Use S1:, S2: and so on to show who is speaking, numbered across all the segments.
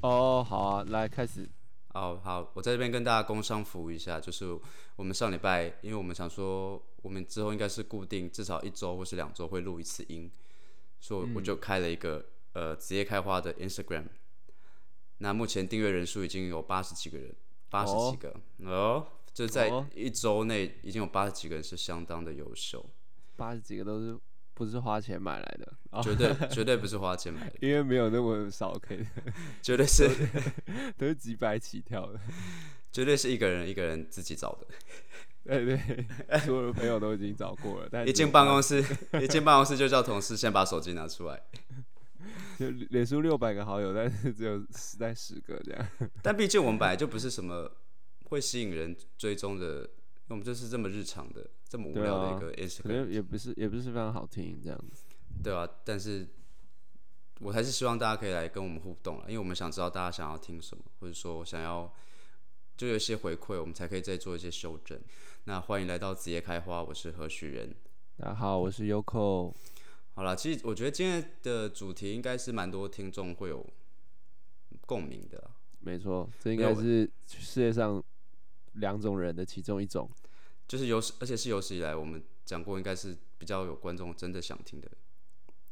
S1: 好啊，来开始。
S2: 哦，好，我在这边跟大家工商服务一下，就是我们上礼拜，因为我们想说，我们之后应该是固定至少一周或是两周会录一次音，所以我
S1: 嗯
S2: 就开了一个、呃职业开花的 Instagram。那目前订阅人数已经有八十几个人，八十
S1: 哦
S2: 几个哦，就在
S1: 哦
S2: 一周内已经有八十几个人是相当的优秀，
S1: 八十几个都是不是花钱买来的，哦、
S2: 绝对绝对不是花钱买的，
S1: 因为没有那么少可以，
S2: 绝对是
S1: 都是几百起跳的。
S2: 绝对是一个人一个人自己找的。
S1: 对对，所有的朋友都已经找过了，但
S2: 一进办公室，一进办公室就叫同事先把手机拿出来。
S1: 就脸书六百个好友，但是只有十在十个这样。
S2: 但毕竟我们本来就不是什么会吸引人追踪的，我们就是这么日常的、这么无
S1: 对
S2: 聊的
S1: 啊
S2: 一个 Instagram，
S1: 可能也不是也不是非常好听这样子。
S2: 对啊。但是我还是希望大家可以来跟我们互动了，因为我们想知道大家想要听什么，或者说想要就有一些回馈，我们才可以再做一些修正。那欢迎来到子夜开花，我是何许人。
S1: 大家啊好，我是 Yoko。
S2: 好啦，其实我觉得今天的主题应该是蛮多听众会有共鸣的啊、
S1: 没错，这应
S2: 没有
S1: 该是世界上两种人的其中一种。
S2: 就是有史，而且是有史以来我们讲过，应该是比较有观众真的想听的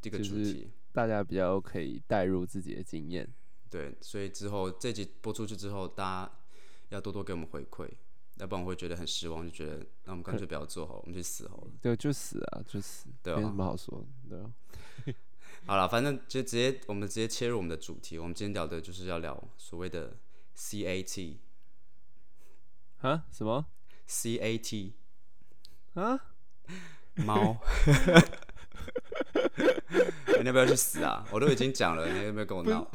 S2: 这个
S1: 就
S2: 主
S1: 是
S2: 题。
S1: 大家比较可以带入自己的经验。
S2: 对，所以之后这集播出去之后，大家要多多给我们回馈，要不然我会觉得很失望，就觉得那我们干脆不要做好了，我们去死好了。
S1: 对，就死啊，就死，
S2: 对
S1: 嗯没什
S2: 啊
S1: 么好说的。对啊，
S2: 好了，反正就直接我们直接切入我们的主题，我们今天聊的就是要聊所谓的 CAT。
S1: 啊？什么
S2: CAT
S1: 啊？
S2: 猫， 你要不要去死啊？我都已经讲了，你要不要跟我闹？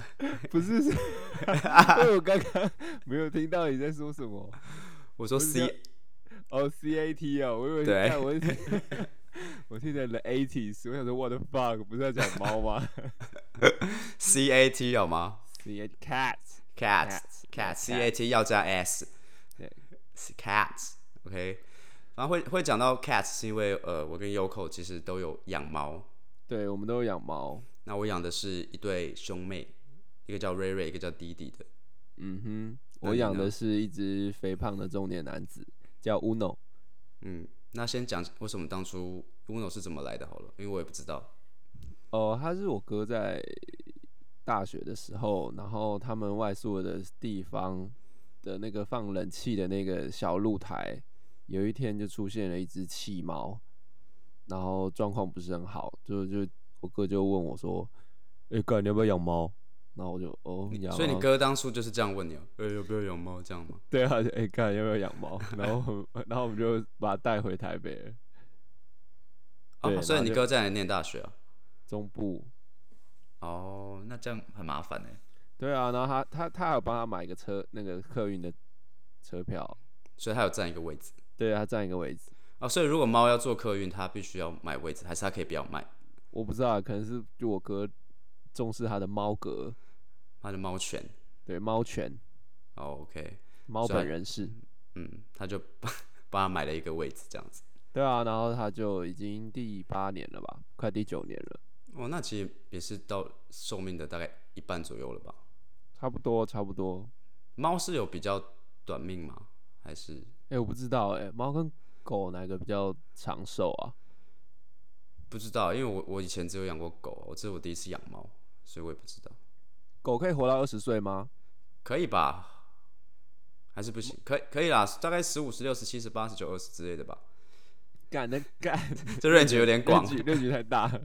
S1: 不是， 是，因为我刚刚没有听到你在说什么。
S2: 我说
S1: 不是
S2: C
S1: 要哦，CAT 哦，我以为你
S2: 对
S1: 看我是 我听成了 eighties，我想说 what the fuck，不是在讲猫吗
S2: CAT 好吗？
S1: ？CAT cat
S2: cat cat
S1: Cat
S2: c a t 要加 s
S1: 对
S2: cat OK，然后会会讲到 cat 是因为呃，我跟 Yoko 其实都有养猫，
S1: 对，我们都有养猫。
S2: 那我养的是一对兄妹，一个叫瑞瑞，一个叫弟弟的。
S1: 嗯哼，
S2: 那
S1: 我
S2: 你
S1: 养
S2: 呢
S1: 的是一只肥胖的中年男子，叫 Uno。
S2: 嗯，那先讲为什么当初 Uno 是怎么来的好了，因为我也不知道。
S1: 哦，他是我哥在大学的时候，然后他们外宿的地方的那个放冷气的那个小露台，有一天就出现了一只气猫，然后状况不是很好，就就我哥就问我说：“哎、哥，你要不要养猫？”然后我就哦，
S2: 你
S1: 养啊。
S2: 所以你哥当初就是这样问你哦，呃、要不要养猫这样吗？
S1: 对啊，就哎，干、要不要养猫？然后 我们然后我们就把它带回台北了
S2: 哦，
S1: 对
S2: 所以
S1: 然后
S2: 你
S1: 就
S2: 哥在哪里念大学啊？
S1: 中部。
S2: 哦，那这样很麻烦哎。
S1: 对啊，然后他他他还有帮他买一个车那个客运的车票，
S2: 所以他有占一个位置
S1: 对他占一个位置，
S2: 哦，所以如果猫要做客运，它必须要买位置，还是它可以不要买？
S1: 我不知道啊，可能是就我哥重视他的猫格，
S2: 它的猫权。
S1: 对猫权，
S2: 哦，OK，
S1: 猫
S2: 所以
S1: 本人是，
S2: 嗯，他就帮他 买了一个位置这样子。
S1: 对啊，然后他就已经第八年了吧，快第九年了，
S2: 哦，那其实也是到寿命的大概一半左右了吧？
S1: 差不多差不多，
S2: 猫是有比较短命吗？还是
S1: 哎、我不知道哎、猫跟狗哪个比较长寿啊？
S2: 不知道？因为我我以前只有养过狗，我这是我第一次养猫，所以我也不知道，
S1: 狗可以活到二十岁吗？
S2: 可以吧？还是不行？可以可以啦，大概十五、十六、十七、十八、十九、二十之类的吧。
S1: 干的干，
S2: 这 range 有点
S1: 六
S2: 广，
S1: 局六局太大了，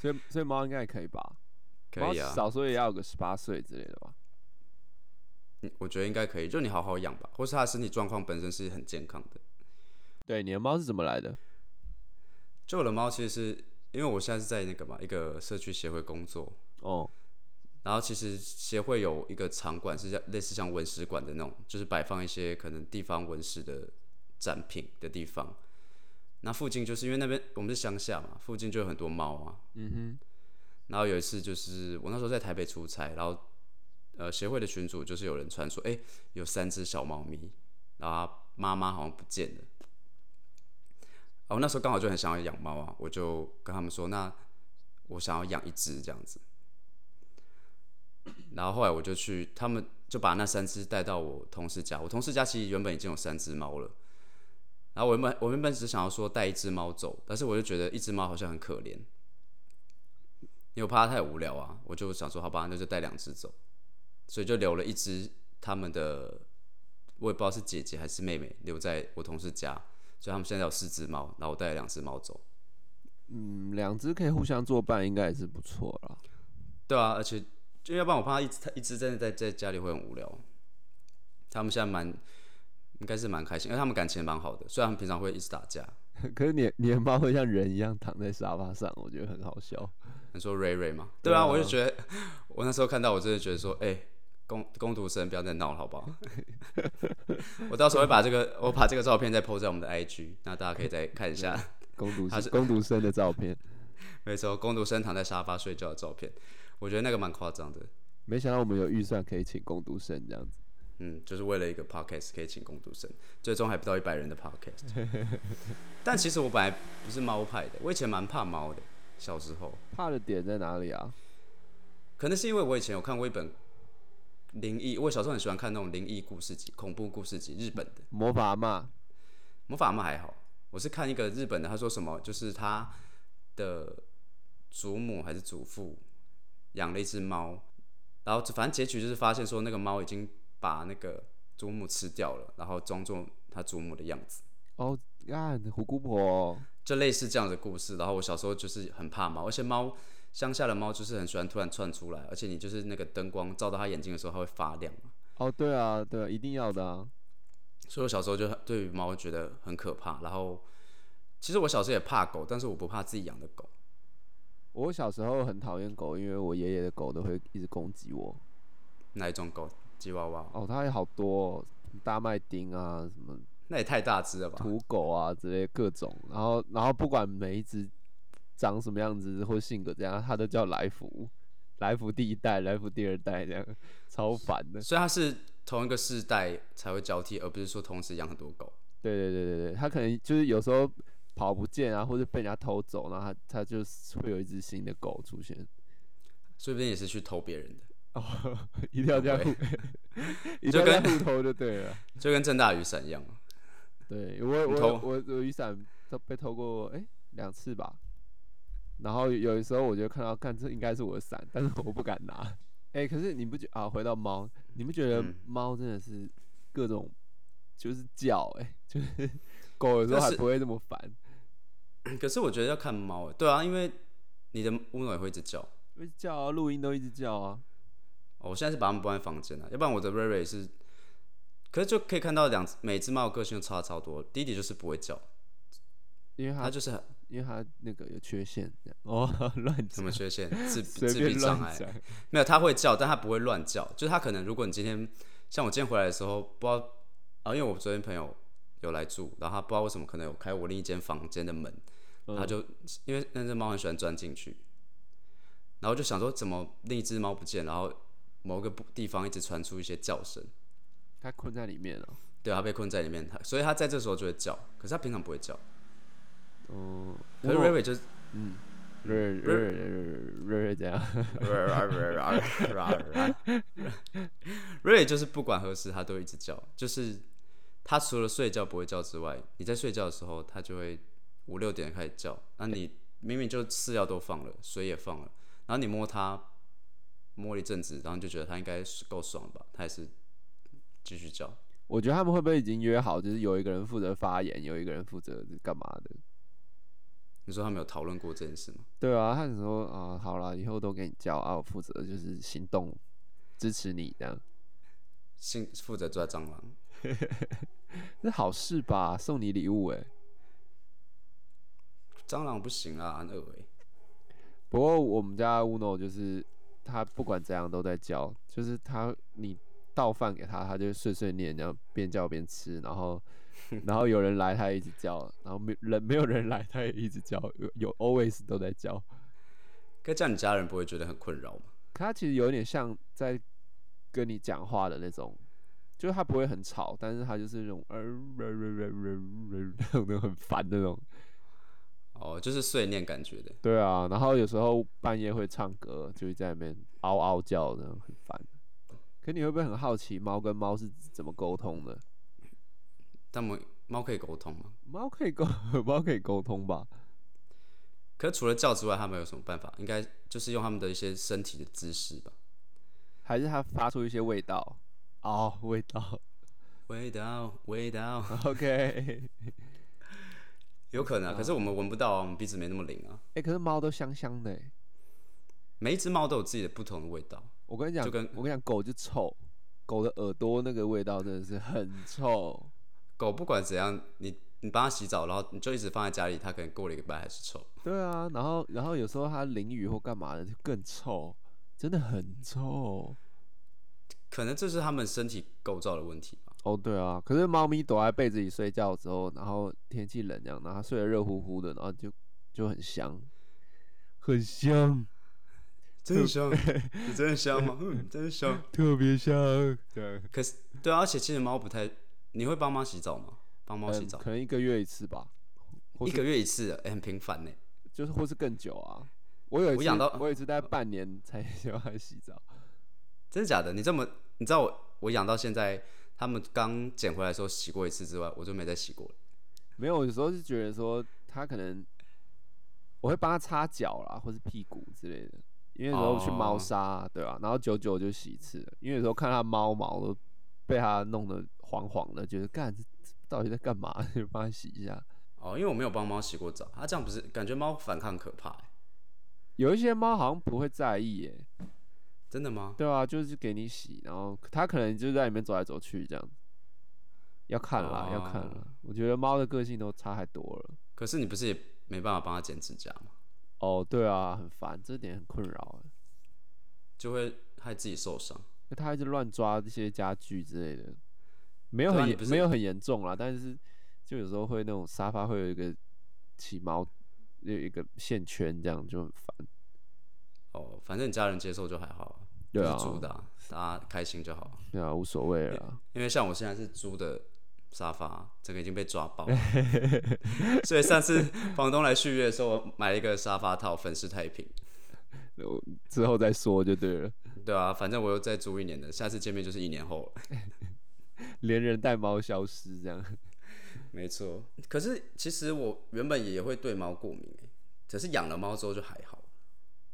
S1: 所以所以猫应该也可以吧？
S2: 可以
S1: 猫
S2: 啊，
S1: 少说也要有个十八岁之类的吧？
S2: 嗯我觉得应该可以。就你好好养吧，或是它的身体状况本身是很健康的。
S1: 对，你的猫是怎么来的？
S2: 就我的猫其实是因为我现在是在那个嘛一个社区协会工作，
S1: 哦，
S2: 然后其实协会有一个场馆是像类似像文史馆的那种，就是摆放一些可能地方文史的展品的地方。那附近就是因为那边我们是乡下嘛，附近就有很多猫啊。
S1: 嗯哼。
S2: 然后有一次就是我那时候在台北出差，然后呃协会的群主就是有人传说，哎、有三只小猫咪，然后它妈妈好像不见了。然后那时候刚好就很想要养猫啊，我就跟他们说，那我想要养一只这样子。然后后来我就去，他们就把那三只带到我同事家。我同事家其实原本已经有三只猫了，然后我原本我原本只想要说带一只猫走，但是我就觉得一只猫好像很可怜，因为我怕它太无聊啊，我就想说好吧，那就带两只走，所以就留了一只他们的，我也不知道是姐姐还是妹妹，留在我同事家，所以他们现在有四只猫，然后我带了两只猫走。
S1: 嗯，两只可以互相作伴，应该也是不错啦。
S2: 对啊，而且就要不然我怕它一直它一直真的在在家里会很无聊。他们现在蛮应该是蛮开心，因为他们感情也蛮好的，虽然他们平常会一直打架。
S1: 可是你你的猫会像人一样躺在沙发上，我觉得很好笑。
S2: 你说瑞瑞吗？
S1: 对
S2: 对
S1: 啊
S2: 啊，我就觉得 我那时候看到，我真的觉得说，哎、工工读生不要再闹了，好不好？ 我到时候会把这个我把这个照片再 po 在我们的 IG，那大家可以再看一下。
S1: 攻读
S2: 它
S1: 生
S2: 是
S1: 攻读生的照片，
S2: 没错，工读生躺在沙发睡觉的照片，我觉得那个蛮夸张的。
S1: 没想到我们有预算可以请攻读生这样子。
S2: 嗯，就是为了一个 podcast 可以请工读生，最终还不到一百人的 podcast。但其实我本来不是猫派的，我以前蛮怕猫的，小时候
S1: 怕的点在哪里啊？
S2: 可能是因为我以前有看过一本灵异，我小时候很喜欢看那种灵异故事集、恐怖故事集，日本的
S1: 魔法嘛，
S2: 魔法嘛还好，我是看一个日本的，他说什么就是他的祖母还是祖父养了一只猫，然后反正结局就是发现说那个猫已经把那个祖母吃掉了，然后装作他祖母的样子。
S1: 哦，啊，虎姑婆，
S2: 就类似这样的故事。然后我小时候就是很怕猫，而且猫乡下的猫就是很喜欢突然窜出来，而且你就是那个灯光照到它眼睛的时候，它会发亮嘛
S1: 哦，对啊，对啊，一定要的啊。
S2: 所以我小时候就很对于猫觉得很可怕。然后其实我小时候也怕狗，但是我不怕自己养的狗。
S1: 我小时候很讨厌狗，因为我爷爷的狗都会一直攻击我。
S2: 哪一种狗？吉娃娃？
S1: 哦，它有好多、哦、大麦町啊，什么
S2: 那也太大只了吧？
S1: 土狗啊之类各种，然后然后不管每一只长什么样子或性格怎样，它都叫来福，来福第一代，来福第二代这样，超烦的。
S2: 所以它是同一个世代才会交替，而不是说同时养很多狗。
S1: 对对对对对，它可能就是有时候跑不见啊，或者被人家偷走，然后它它就是会有一只新的狗出现。
S2: 说不定也是去偷别人的，
S1: 哦，一定要这样互，一定
S2: 就
S1: 要这样
S2: 跟
S1: 互偷就对了。
S2: 就跟郑大雨伞一样。
S1: 对我
S2: 你
S1: 我
S2: 偷
S1: 有我我雨伞都被偷过哎两、次吧，然后有的时候我就看到，看这应该是我的伞，但是我不敢拿。哎、可是你不觉啊？回到猫，你不觉得
S2: 嗯
S1: 猫真的是各种就是叫哎、就是狗有时候
S2: 但
S1: 还
S2: 是
S1: 不会这么烦，
S2: 可是我觉得要看猫欸，对啊，因为你的乌诺也会一直叫。
S1: 一直叫啊，录音都一直叫啊。
S2: 哦，我现在是把它们关在房间了，啊要不然我的瑞瑞是，可是就可以看到两只每只猫的个性都差超多。弟弟就是不会叫，
S1: 因为
S2: 它
S1: 它，
S2: 就是很
S1: 因为它那个有缺陷，这样哦，乱
S2: 什
S1: 讲，
S2: 么缺陷，自
S1: 随
S2: 自闭
S1: 便
S2: 障
S1: 乱
S2: 碍。
S1: 讲。
S2: 没有，它会叫，但它不会乱叫。就是它可能，如果你今天像我今天回来的时候，不知道啊，因为我昨天朋友有来住，然后他不知道为什么可能有开我另一间房间的门，
S1: 嗯
S2: 他就因为那只猫很喜欢钻进去，然后就想说怎么另一只猫不见，然后某个地方一直传出一些叫声。
S1: 它困在里面了、
S2: 对，它被困在里面，它所以它在这时候就会叫，可是它平常不会叫。
S1: 哦，
S2: 可是
S1: 我
S2: r 瑞就是，
S1: 嗯，瑞瑞瑞瑞瑞瑞这样，
S2: 瑞就是不管何时它都一直叫，就是它除了睡觉不会叫之外，你在睡觉的时候它就会五六点开始叫，那你明明就饲料都放了，水也放了，然后你摸它摸了一阵子，然后你就觉得它应该是够爽了吧，它还是继续叫。
S1: 我觉得他们会不会已经约好，就是有一个人负责发言，有一个人负责干嘛的？
S2: 你说他们有讨论过这件事吗？
S1: 对啊，他想说啊，好啦，以后都给你叫啊，我负责就是行动支持你这样，
S2: 性负责抓蟑螂。
S1: 这好事吧？送你礼物诶、欸
S2: 蟑螂不行啊，很恶欸
S1: 不过我们家 Uno 就是他不管怎样都在叫，就是他你倒饭给他，他就碎碎念，然后边叫边吃，然后然后有人来他也一直叫，然后没人没有人来他也一直叫，有有 always 都在叫。
S2: 可这样你家人不会觉得很困扰吗？
S1: 可他其实有点像在跟你讲话的那种，就是他不会很吵， 但是他就是那种呃呃呃呃呃呃呃那种很烦的那种。
S2: 哦，就是碎念感觉的。
S1: 对啊，然后有时候半夜会唱歌，就会在那边嗷嗷叫，这样很烦。可你会不会很好奇猫跟猫是怎么沟通的？
S2: 但我猫可以沟通吗？
S1: 猫可以沟， 猫可以沟通吧？
S2: 可除了叫之外，它们有什么办法？应该就是用它们的一些身体的姿势吧。
S1: 还是它发出一些味道？哦，味道
S2: 味道，味道，
S1: ，OK。
S2: 有可能、啊。可是我们闻不到啊，我们鼻子没那么灵啊。
S1: 哎、可是猫都香香的欸，
S2: 每一只猫都有自己的不同的味道。
S1: 我跟你讲，
S2: 就跟
S1: 我跟你讲，狗就臭，狗的耳朵那个味道真的是很臭。
S2: 狗不管怎样，你你帮它洗澡，然后你就一直放在家里，它可能过了一个礼拜还是臭。
S1: 对啊，然后然后有时候它淋雨或干嘛的就更臭，真的很臭。
S2: 可能这是它们身体构造的问题吧。
S1: 哦，对啊，可是猫咪躲在被子里睡觉之后，然后天气冷这样，然后它睡得热乎乎的，然后就就很香，很香，
S2: 真的香，你 真的香吗？嗯，真的香。
S1: 特别香。对，
S2: 可是对啊，而且其实猫不太，你会帮猫洗澡吗？帮猫洗
S1: 嗯，
S2: 澡，
S1: 可能一个月一次吧，或
S2: 一
S1: 是
S2: 个月一次，哎很频繁呢。
S1: 就是或是更久啊。我呃有一
S2: 我
S1: 次，
S2: 养到
S1: 我有一次大概半年才 喜欢洗澡。
S2: 真的假的？你这么，你知道我我养到现在，他们刚捡回来的时候洗过一次之外，我就没再洗过了。
S1: 没有，有时候是觉得说它可能我会帮它擦脚啦，或是屁股之类的，因为有时候去猫
S2: 哦
S1: 砂啊、对吧、然后久久就洗一次了，因为有时候看它猫毛都被它弄得黄黄的，觉得干这这到底在干嘛， 就帮它洗一下。
S2: 哦，因为我没有帮猫洗过澡，它、这样不是感觉猫反抗可怕、欸？
S1: 有一些猫好像不会在意耶、
S2: 真的吗？
S1: 对啊，就是给你洗，然后它可能就在里面走来走去这样。要看啦，要看啦
S2: 哦。
S1: 我觉得猫的个性都差太多了。
S2: 可是你不是也没办法帮它剪指甲吗？
S1: 哦，对啊，很烦，这点很困扰欸。
S2: 就会害自己受伤。
S1: 就他一直乱抓这些家具之类的，没有
S2: 对啊
S1: 很
S2: 你
S1: 严、
S2: 不是
S1: 没有很严重啦，但是就有时候会那种沙发会有一个起毛，有一个线圈，这样就很烦。
S2: 哦，反正你家人接受就还好啊，
S1: 对啊
S2: 就是租的啊、大家开心就好啊。
S1: 对啊，无所谓啦。
S2: 因为像我现在是租的沙发，这个已经被抓包 了，所以上次房东来续约的时候，我买了一个沙发套，粉饰太平。
S1: 我之后再说就对了。
S2: 对啊，反正我又再租一年的，下次见面就是一年后了。
S1: 连人带猫消失这样。
S2: 没错，可是其实我原本也会对猫过敏、欸，只是养了猫之后就还好。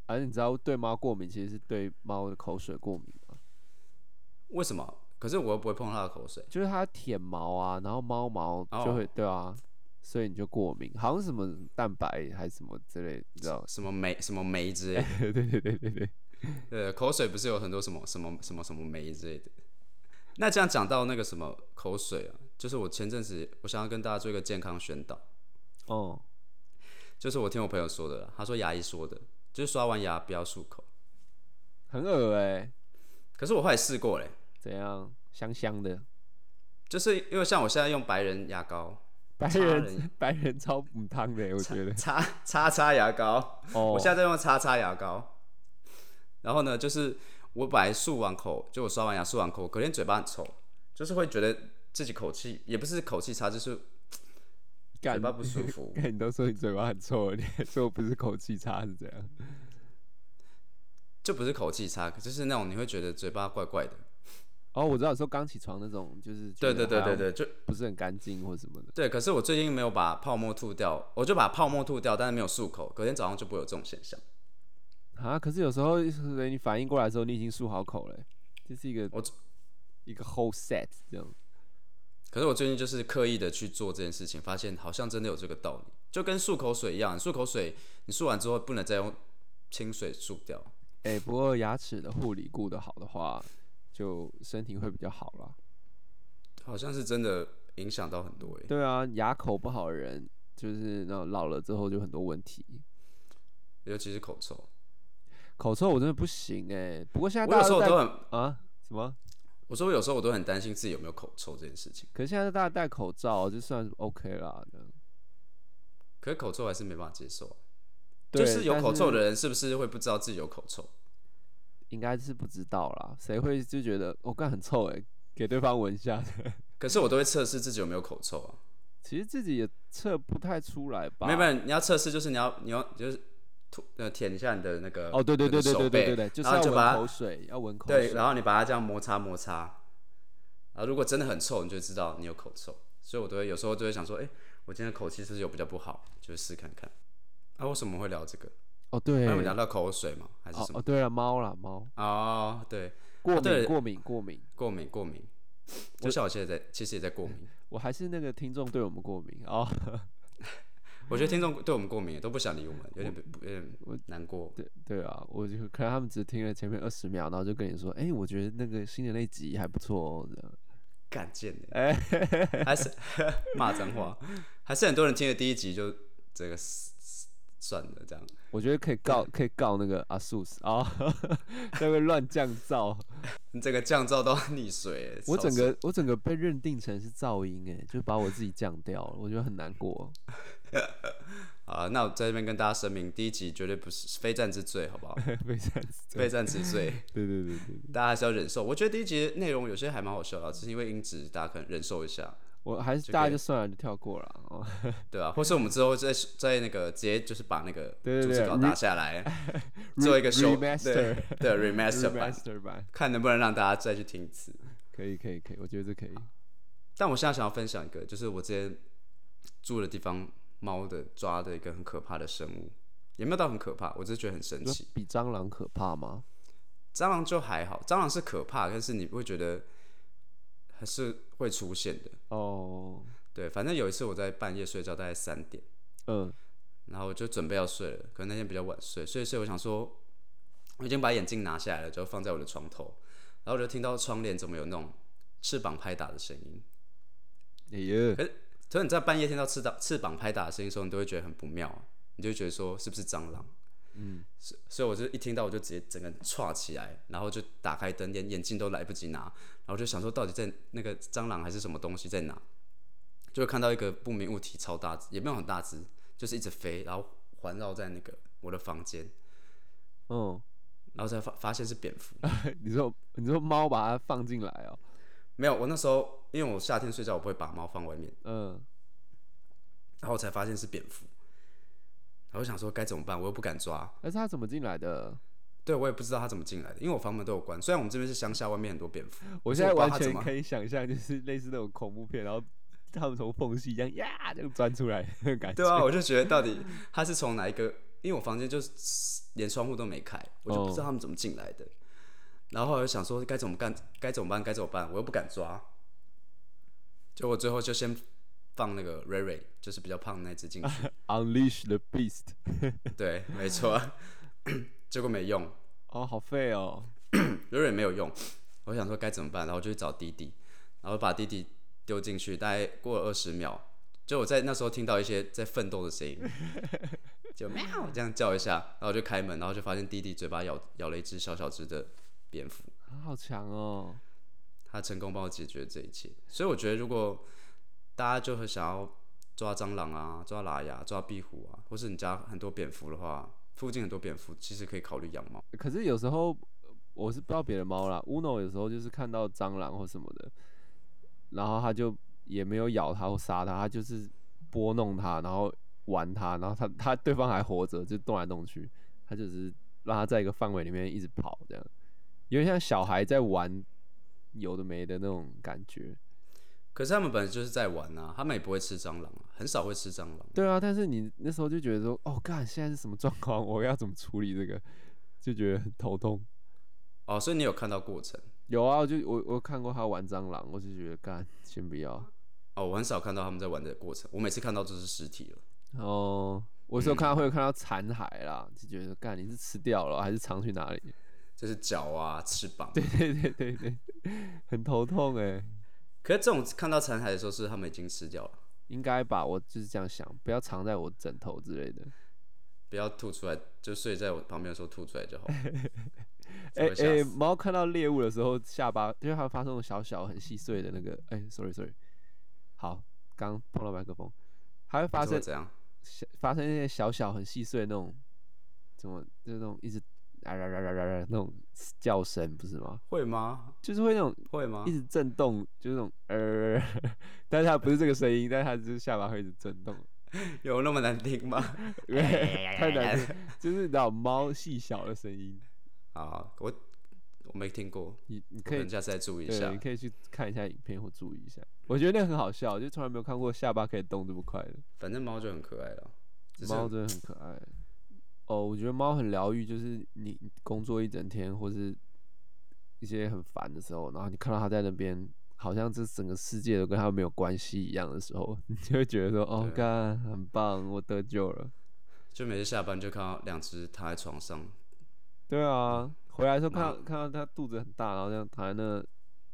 S1: 而、啊且你知道对猫过敏其实是对猫的口水过敏嘛，
S2: 为什么？可是我又不会碰它的口水。
S1: 就是它舔毛啊，然后猫毛就会、
S2: 哦？
S1: 对啊，所以你就过敏，好像什么蛋白还是什么之类的，你知道
S2: 什么酶什么酶之类
S1: 对
S2: 的，
S1: 对对对对。
S2: 对，口水不是有很多什么什么什么什么酶之类的。那这样讲到那个什么口水啊，就是我前阵子我想要跟大家做一个健康宣导，
S1: 哦、
S2: 就是我听我朋友说的啦，他说牙医说的，就是刷完牙不要漱口。
S1: 很恶哎、
S2: 可是我后来试过嘞，
S1: 怎样？香香的，
S2: 就是因为像我现在用白人牙膏，
S1: 白
S2: 差
S1: 人
S2: 人
S1: 白人超母汤的欸，我觉得。
S2: 擦擦擦牙膏，
S1: 哦
S2: 我现在在用擦擦牙膏。然后呢，就是我本来漱完口，就我刷完牙漱完口，隔天嘴巴很臭，就是会觉得自己口气也不是口气差，就是
S1: 干。
S2: 嘴巴不舒服
S1: 看你都说你嘴巴很臭了，你还说不是口气差是怎样？
S2: 就不是口气差，就是那种你会觉得嘴巴怪怪的。
S1: 哦，我知道，你说刚起床那种，就是
S2: 对对对对
S1: 对，
S2: 对，就
S1: 不是很干净或什么的。
S2: 对。可是我最近没有把泡沫吐掉，我就把泡沫吐掉，但是没有漱口，隔天早上就不会有这种现象。
S1: 啊，可是有时候等你反应过来的时候，你已经漱好口了欸，这是一个
S2: 我
S1: 一个 whole set 这样。
S2: 可是我最近就是刻意的去做这件事情，发现好像真的有这个道理，就跟漱口水一样，漱口水你漱完之后不能再用清水漱掉。
S1: 哎、不过牙齿的护理顾得好的话，就身体会比较好啦。
S2: 好像是真的影响到很多诶、
S1: 对啊，牙口不好的人，就是那种老了之后就很多问题。
S2: 尤其是口臭。
S1: 口臭我真的不行哎、不过现在
S2: 我
S1: 大
S2: 有
S1: 家
S2: 时候
S1: 戴
S2: 都很，
S1: 啊什么？
S2: 我说我有时候我都很担心自己有没有口臭这件事情，
S1: 可是现在大家戴口罩，就算 OK 啦。这样
S2: 可是口臭还是没办法接受啊、
S1: 对
S2: 就是有
S1: 但
S2: 口臭的人是不是会不知道自己有口臭？
S1: 应该是不知道啦，谁会就哦欸觉得我干、很臭哎、给对方闻一下。
S2: 可是我都会测试自己有没有口臭啊。
S1: 其实自己也测不太出来吧。
S2: 没有没有，你要测试就是你要你要就是吐呃舔一下你的那个
S1: 哦，对对
S2: 那个
S1: 对对
S2: 手
S1: 对对
S2: 背
S1: 对对，就是
S2: 然后
S1: 要
S2: 就把
S1: 闻
S2: 它
S1: 口水，要闻口水。
S2: 对，然后你把它这样摩擦摩擦，啊，如果真的很臭，你就知道你有口臭，所以我都会有时候就会想说，哎、我今天的口气是不是有比较不好，就试看看。啊，为什么会聊这个？
S1: 哦对，
S2: 因为我们
S1: 哦
S2: 聊到口水嘛，还是什么？
S1: 哦对了，猫啦猫，
S2: 哦对，
S1: 过敏
S2: 对
S1: 过敏过敏，
S2: 过敏过敏，就像我现在在，其实也在过 敏。
S1: 我还是那个听众对我们过敏哦。
S2: 我觉得听众对我们过敏，都不想理我们，有点不有点难过。
S1: 对对啊，我就可能他们只听了前面二十秒，然后就跟你说，哎、我觉得那个新的那集还不错哦，这样。
S2: 干贱的，
S1: 哎
S2: 还是 骂脏话，还是很多人听了第一集就这个算了这样。
S1: 我觉得可以告可以告那个阿素斯啊， 那个乱降 噪，
S2: 你整个降噪都要 溺水欸，
S1: 我
S2: 超
S1: 整
S2: 爽
S1: 个我整个被认定成是噪音，哎，就把我自己降掉了，我觉得很难 过。
S2: 啊！那我在这边跟大家声明，第一集绝对不是非战之罪，好不好？
S1: 被这样子，
S2: 非战之罪，
S1: 对对对对，
S2: 大家还是要忍受。我觉得第一集的内容有些还蛮好笑的，啊只是因为音质，大家可能忍受一下，
S1: 我还是
S2: 就
S1: 大
S2: 可
S1: 家
S2: 以
S1: 就算了，就跳过了哦。
S2: 对吧、或是我们之后再在那个直接就是把那个
S1: 对对
S2: 逐字
S1: 对
S2: 稿
S1: ，re-
S2: 打下来， 做一个修对
S1: remaster
S2: 对 remaster 版，
S1: remaster 版，
S2: 看能不能让大家再去听一次。
S1: 可以可以可以，我觉得这可以。
S2: 但我现在想要分享一个，就是我之前住的地方猫的抓的一个很可怕的生物，也没有到很可怕，我只是觉得很神
S1: 那
S2: 奇。
S1: 比蟑螂可怕吗？
S2: 蟑螂就还好，蟑螂是可怕，但是你会觉得还是会出现的。
S1: 哦，
S2: 对，反正有一次我在半夜睡觉，大概三点，
S1: 嗯，
S2: 然后我就准备要睡了，可能那天比较晚睡，睡一睡我想说，我已经把眼镜拿下来了，就放在我的床头，然后我就听到窗帘怎么有那种翅膀拍打的声音。
S1: 哎呀，
S2: 所以你在半夜听到翅膀翅膀拍打的声音的时候，你都会觉得很不妙，啊你就会觉得说是不是蟑螂？
S1: 嗯，
S2: 所所以我就一听到我就直接整个人歘起来，然后就打开灯，连眼镜都来不及拿，然后就想说到底在那个蟑螂还是什么东西在哪？就会看到一个不明物体超大只，也没有很大只，就是一直飞，然后环绕在那个我的房间，
S1: 嗯，
S2: 然后才发发现是蝙蝠。
S1: 你说你说猫把它放进来哦，
S2: 没有，我那时候因为我夏天睡觉我不会把猫放外面，
S1: 嗯，
S2: 然后我才发现是蝙蝠，然后我想说该怎么办，我又不敢抓，
S1: 但是它怎么进来的？
S2: 对，我也不知道他怎么进来的，因为我房门都有关。虽然我们这边是乡下，外面很多蝙蝠，
S1: 我
S2: 可是
S1: 现在
S2: 不知道
S1: 完
S2: 它怎
S1: 全
S2: 么
S1: 可以想象，就是类似那种恐怖片，然后他们从缝隙这样呀，这样钻出来的感觉。
S2: 对啊，我就觉得到底他是从哪一个？因为我房间就是连窗户都没开，我就不知道他们怎么进来的。然后我就想说该怎么干，该怎么办，该怎么办？我又不敢抓，就我最后就先放那个瑞瑞，就是比较胖的那只进去。
S1: Unleash the beast，
S2: 对，没错， 结果没用，
S1: 哦，好废哦，
S2: 瑞瑞没有用，我想说该怎么办，然后我就去找弟弟，然后把弟弟丢进去，大概过了二十秒，就我在那时候听到一些在奋斗的声音，就喵这样叫一下，然后我就开门，然后就发现弟弟嘴巴咬咬了一只小小只的蝙蝠，
S1: 他好强哦，
S2: 他成功帮我解决这一切，所以我觉得如果大家就很想要抓蟑螂啊、抓喇牙、抓壁虎啊，或是你家很多蝙蝠的话，附近很多蝙蝠，其实可以考虑养猫。
S1: 可是有时候我是不知道别的猫啦，Uno 有时候就是看到蟑螂或什么的，然后它就也没有咬它或杀它，它就是拨弄它，然后玩它，然后它它对方还活着，就动来动去，它就只是让它在一个范围里面一直跑，这样有点像小孩在玩有的没的那种感觉。
S2: 可是他们本来就是在玩啊，他们也不会吃蟑螂啊，很少会吃蟑螂。
S1: 对啊，但是你那时候就觉得说，哦，干，现在是什么状况？ 我要怎么处理这个？就觉得很头痛。
S2: 哦，所以你有看到过程
S1: 有啊，我就我我看过他玩蟑螂，我就觉得干，先不要。
S2: 哦？我很少看到他们在玩的过程，我每次看到就是尸体了。
S1: 哦，我有时候 看到会有看到残骸啦，就觉得干，你是吃掉了还是藏去哪里？
S2: 就是脚啊、翅膀。
S1: 对对对对对，很头痛哎、
S2: 可是这种看到残骸的时候，是他们已经吃掉了，
S1: 应该吧，我就是这样想，不要藏在我枕头之类的。
S2: 不要吐出来，就睡在我旁边的时候吐出来 就好。
S1: 哎
S2: 会吓
S1: 哎，
S2: 死
S1: 猫、看到猎物的时候，下巴因为它会发出那种小小很细碎的那个，哎、s o r r y sorry，好，刚碰到麦克风，还会
S2: 哎
S1: 发
S2: 还是会
S1: 生
S2: 怎样？
S1: 小发生一些小小很细碎的那种，怎么就是那种一直啊啦啦啦啦啦那种叫声，不是吗？
S2: 会吗？
S1: 就是会那种
S2: 会吗
S1: 一？直震动，就是那种呃， 但是它不是这个声音，但是它就是下巴会一直震动，
S2: 有那么难听吗？
S1: 太难听，就是你知道猫细小的声音，
S2: 啊，我我没听过，
S1: 你你
S2: 我
S1: 可
S2: 可
S1: 以
S2: 能下次再注意一
S1: 对，
S2: 下
S1: 你。可以去看一下影片或注意一下，我觉得那很好笑，就从来没有看过下巴可以动这么快的。
S2: 反正猫就很可爱了，只是
S1: 猫真的很可爱。哦，我觉得猫很疗愈，就是你工作一整天或是一些很烦的时候，然后你看到它在那边，好像这整个世界都跟它没有关系一样的时候， 你就会觉得说，哦，
S2: 对
S1: 干，很棒，我得救了。
S2: 就每次下班就看到两只躺在床上，
S1: 对啊， 回来的时候看
S2: 然
S1: 到看到它肚子很大，然后这样躺在那，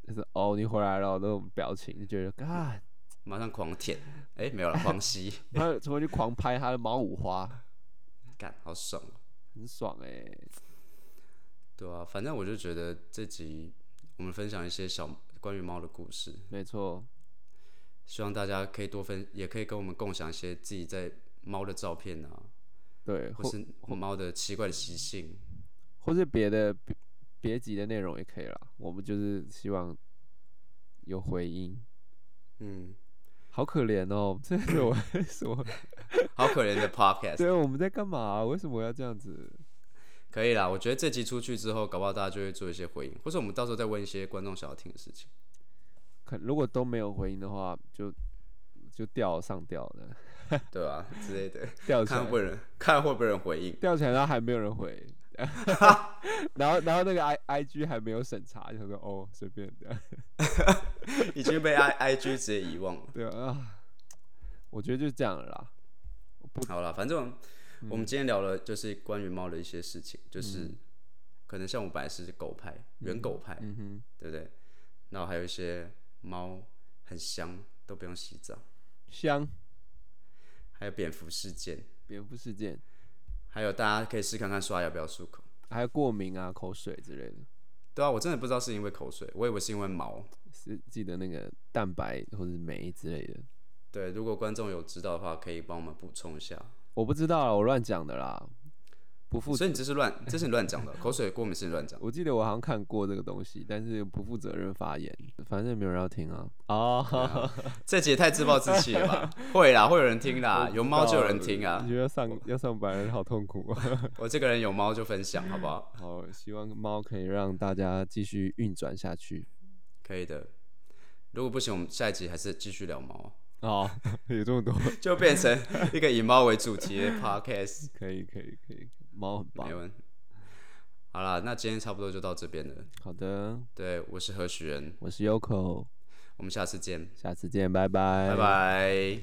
S1: 就是哦，你回来了那种表情，就觉 得干，
S2: 马上狂舔，哎、没有了，狂吸，
S1: 它从回去狂拍它的毛五花，
S2: 干，好爽哦、
S1: 很爽哎、
S2: 对啊，反正我就觉得这集我们分享一些小关于猫的故事，
S1: 没错，
S2: 希望大家可以多分，也可以跟我们共享一些自己在猫的照片啊，
S1: 对，或
S2: 或是猫的奇怪的习性。
S1: 或是别的别别集的内容也可以啦。我们就是希望有回音。
S2: 嗯，
S1: 好可怜哦，这是 我为什么？
S2: 好可怜的 podcast。
S1: 对，我们在干嘛啊、为什么要这样子？
S2: 可以啦，我觉得这集出去之后，搞不好大家就会做一些回应，或者我们到时候再问一些观众想要听的事情。
S1: 可如果都没有回音的话，就就掉上吊的，
S2: 对啊，之类的，
S1: 吊起
S2: 看会
S1: 来
S2: 不，会有人看会不会有人回应。
S1: 吊起来，然后还没有人回， 然后然后那个 i i g 还没有审查，就说哦随便的，
S2: 已经被 i i g 直接遗忘了。
S1: 对啊，我觉得就这样了啦。
S2: 好了，反正我们,、
S1: 嗯
S2: 我们今天聊了就是关于猫的一些事情，就是、可能像我本来是狗派，人狗派，
S1: 嗯哼，
S2: 对不对？然后还有一些猫很香，都不用洗澡，
S1: 香
S2: 还有蝙蝠事件，
S1: 蝙蝠事件，
S2: 还有大家可以试看看刷牙不要漱口。
S1: 还有过敏啊、口水之类的。
S2: 对啊，我真的不知道是因为口水，我以为是因为毛。
S1: 是记得那个蛋白或者酶之类的，
S2: 对，如果观众有知道的话，可以帮我们补充一下。
S1: 我不知道啊，我乱讲的啦，不负
S2: 所以你这是乱，这是你乱讲 的，口水过敏是你乱讲的。
S1: 我记得我好像看过这个东西，但是不负责任发言，反正没有人要听啊。哦，
S2: 这集也太自暴自弃 了吧？会啦，会有人听啦，有猫就有人听啊
S1: 你。觉得上要上班好痛苦啊。
S2: 我这个人有猫就分享，好不好？
S1: 好，希望猫可以让大家继续运转下去。
S2: 可以的。如果不行，我们下一集还是继续聊猫，啊
S1: 哦， 有这么多，
S2: 就变成一个以猫为主题的 podcast。
S1: 可以可以可以，猫很
S2: 没
S1: 棒。
S2: 问。好啦，那今天差不多就到这边了。
S1: 好的，
S2: 对，我是何许人，
S1: 我是 Yoko，
S2: 我们下次见，
S1: 下次见，拜拜，
S2: 拜拜。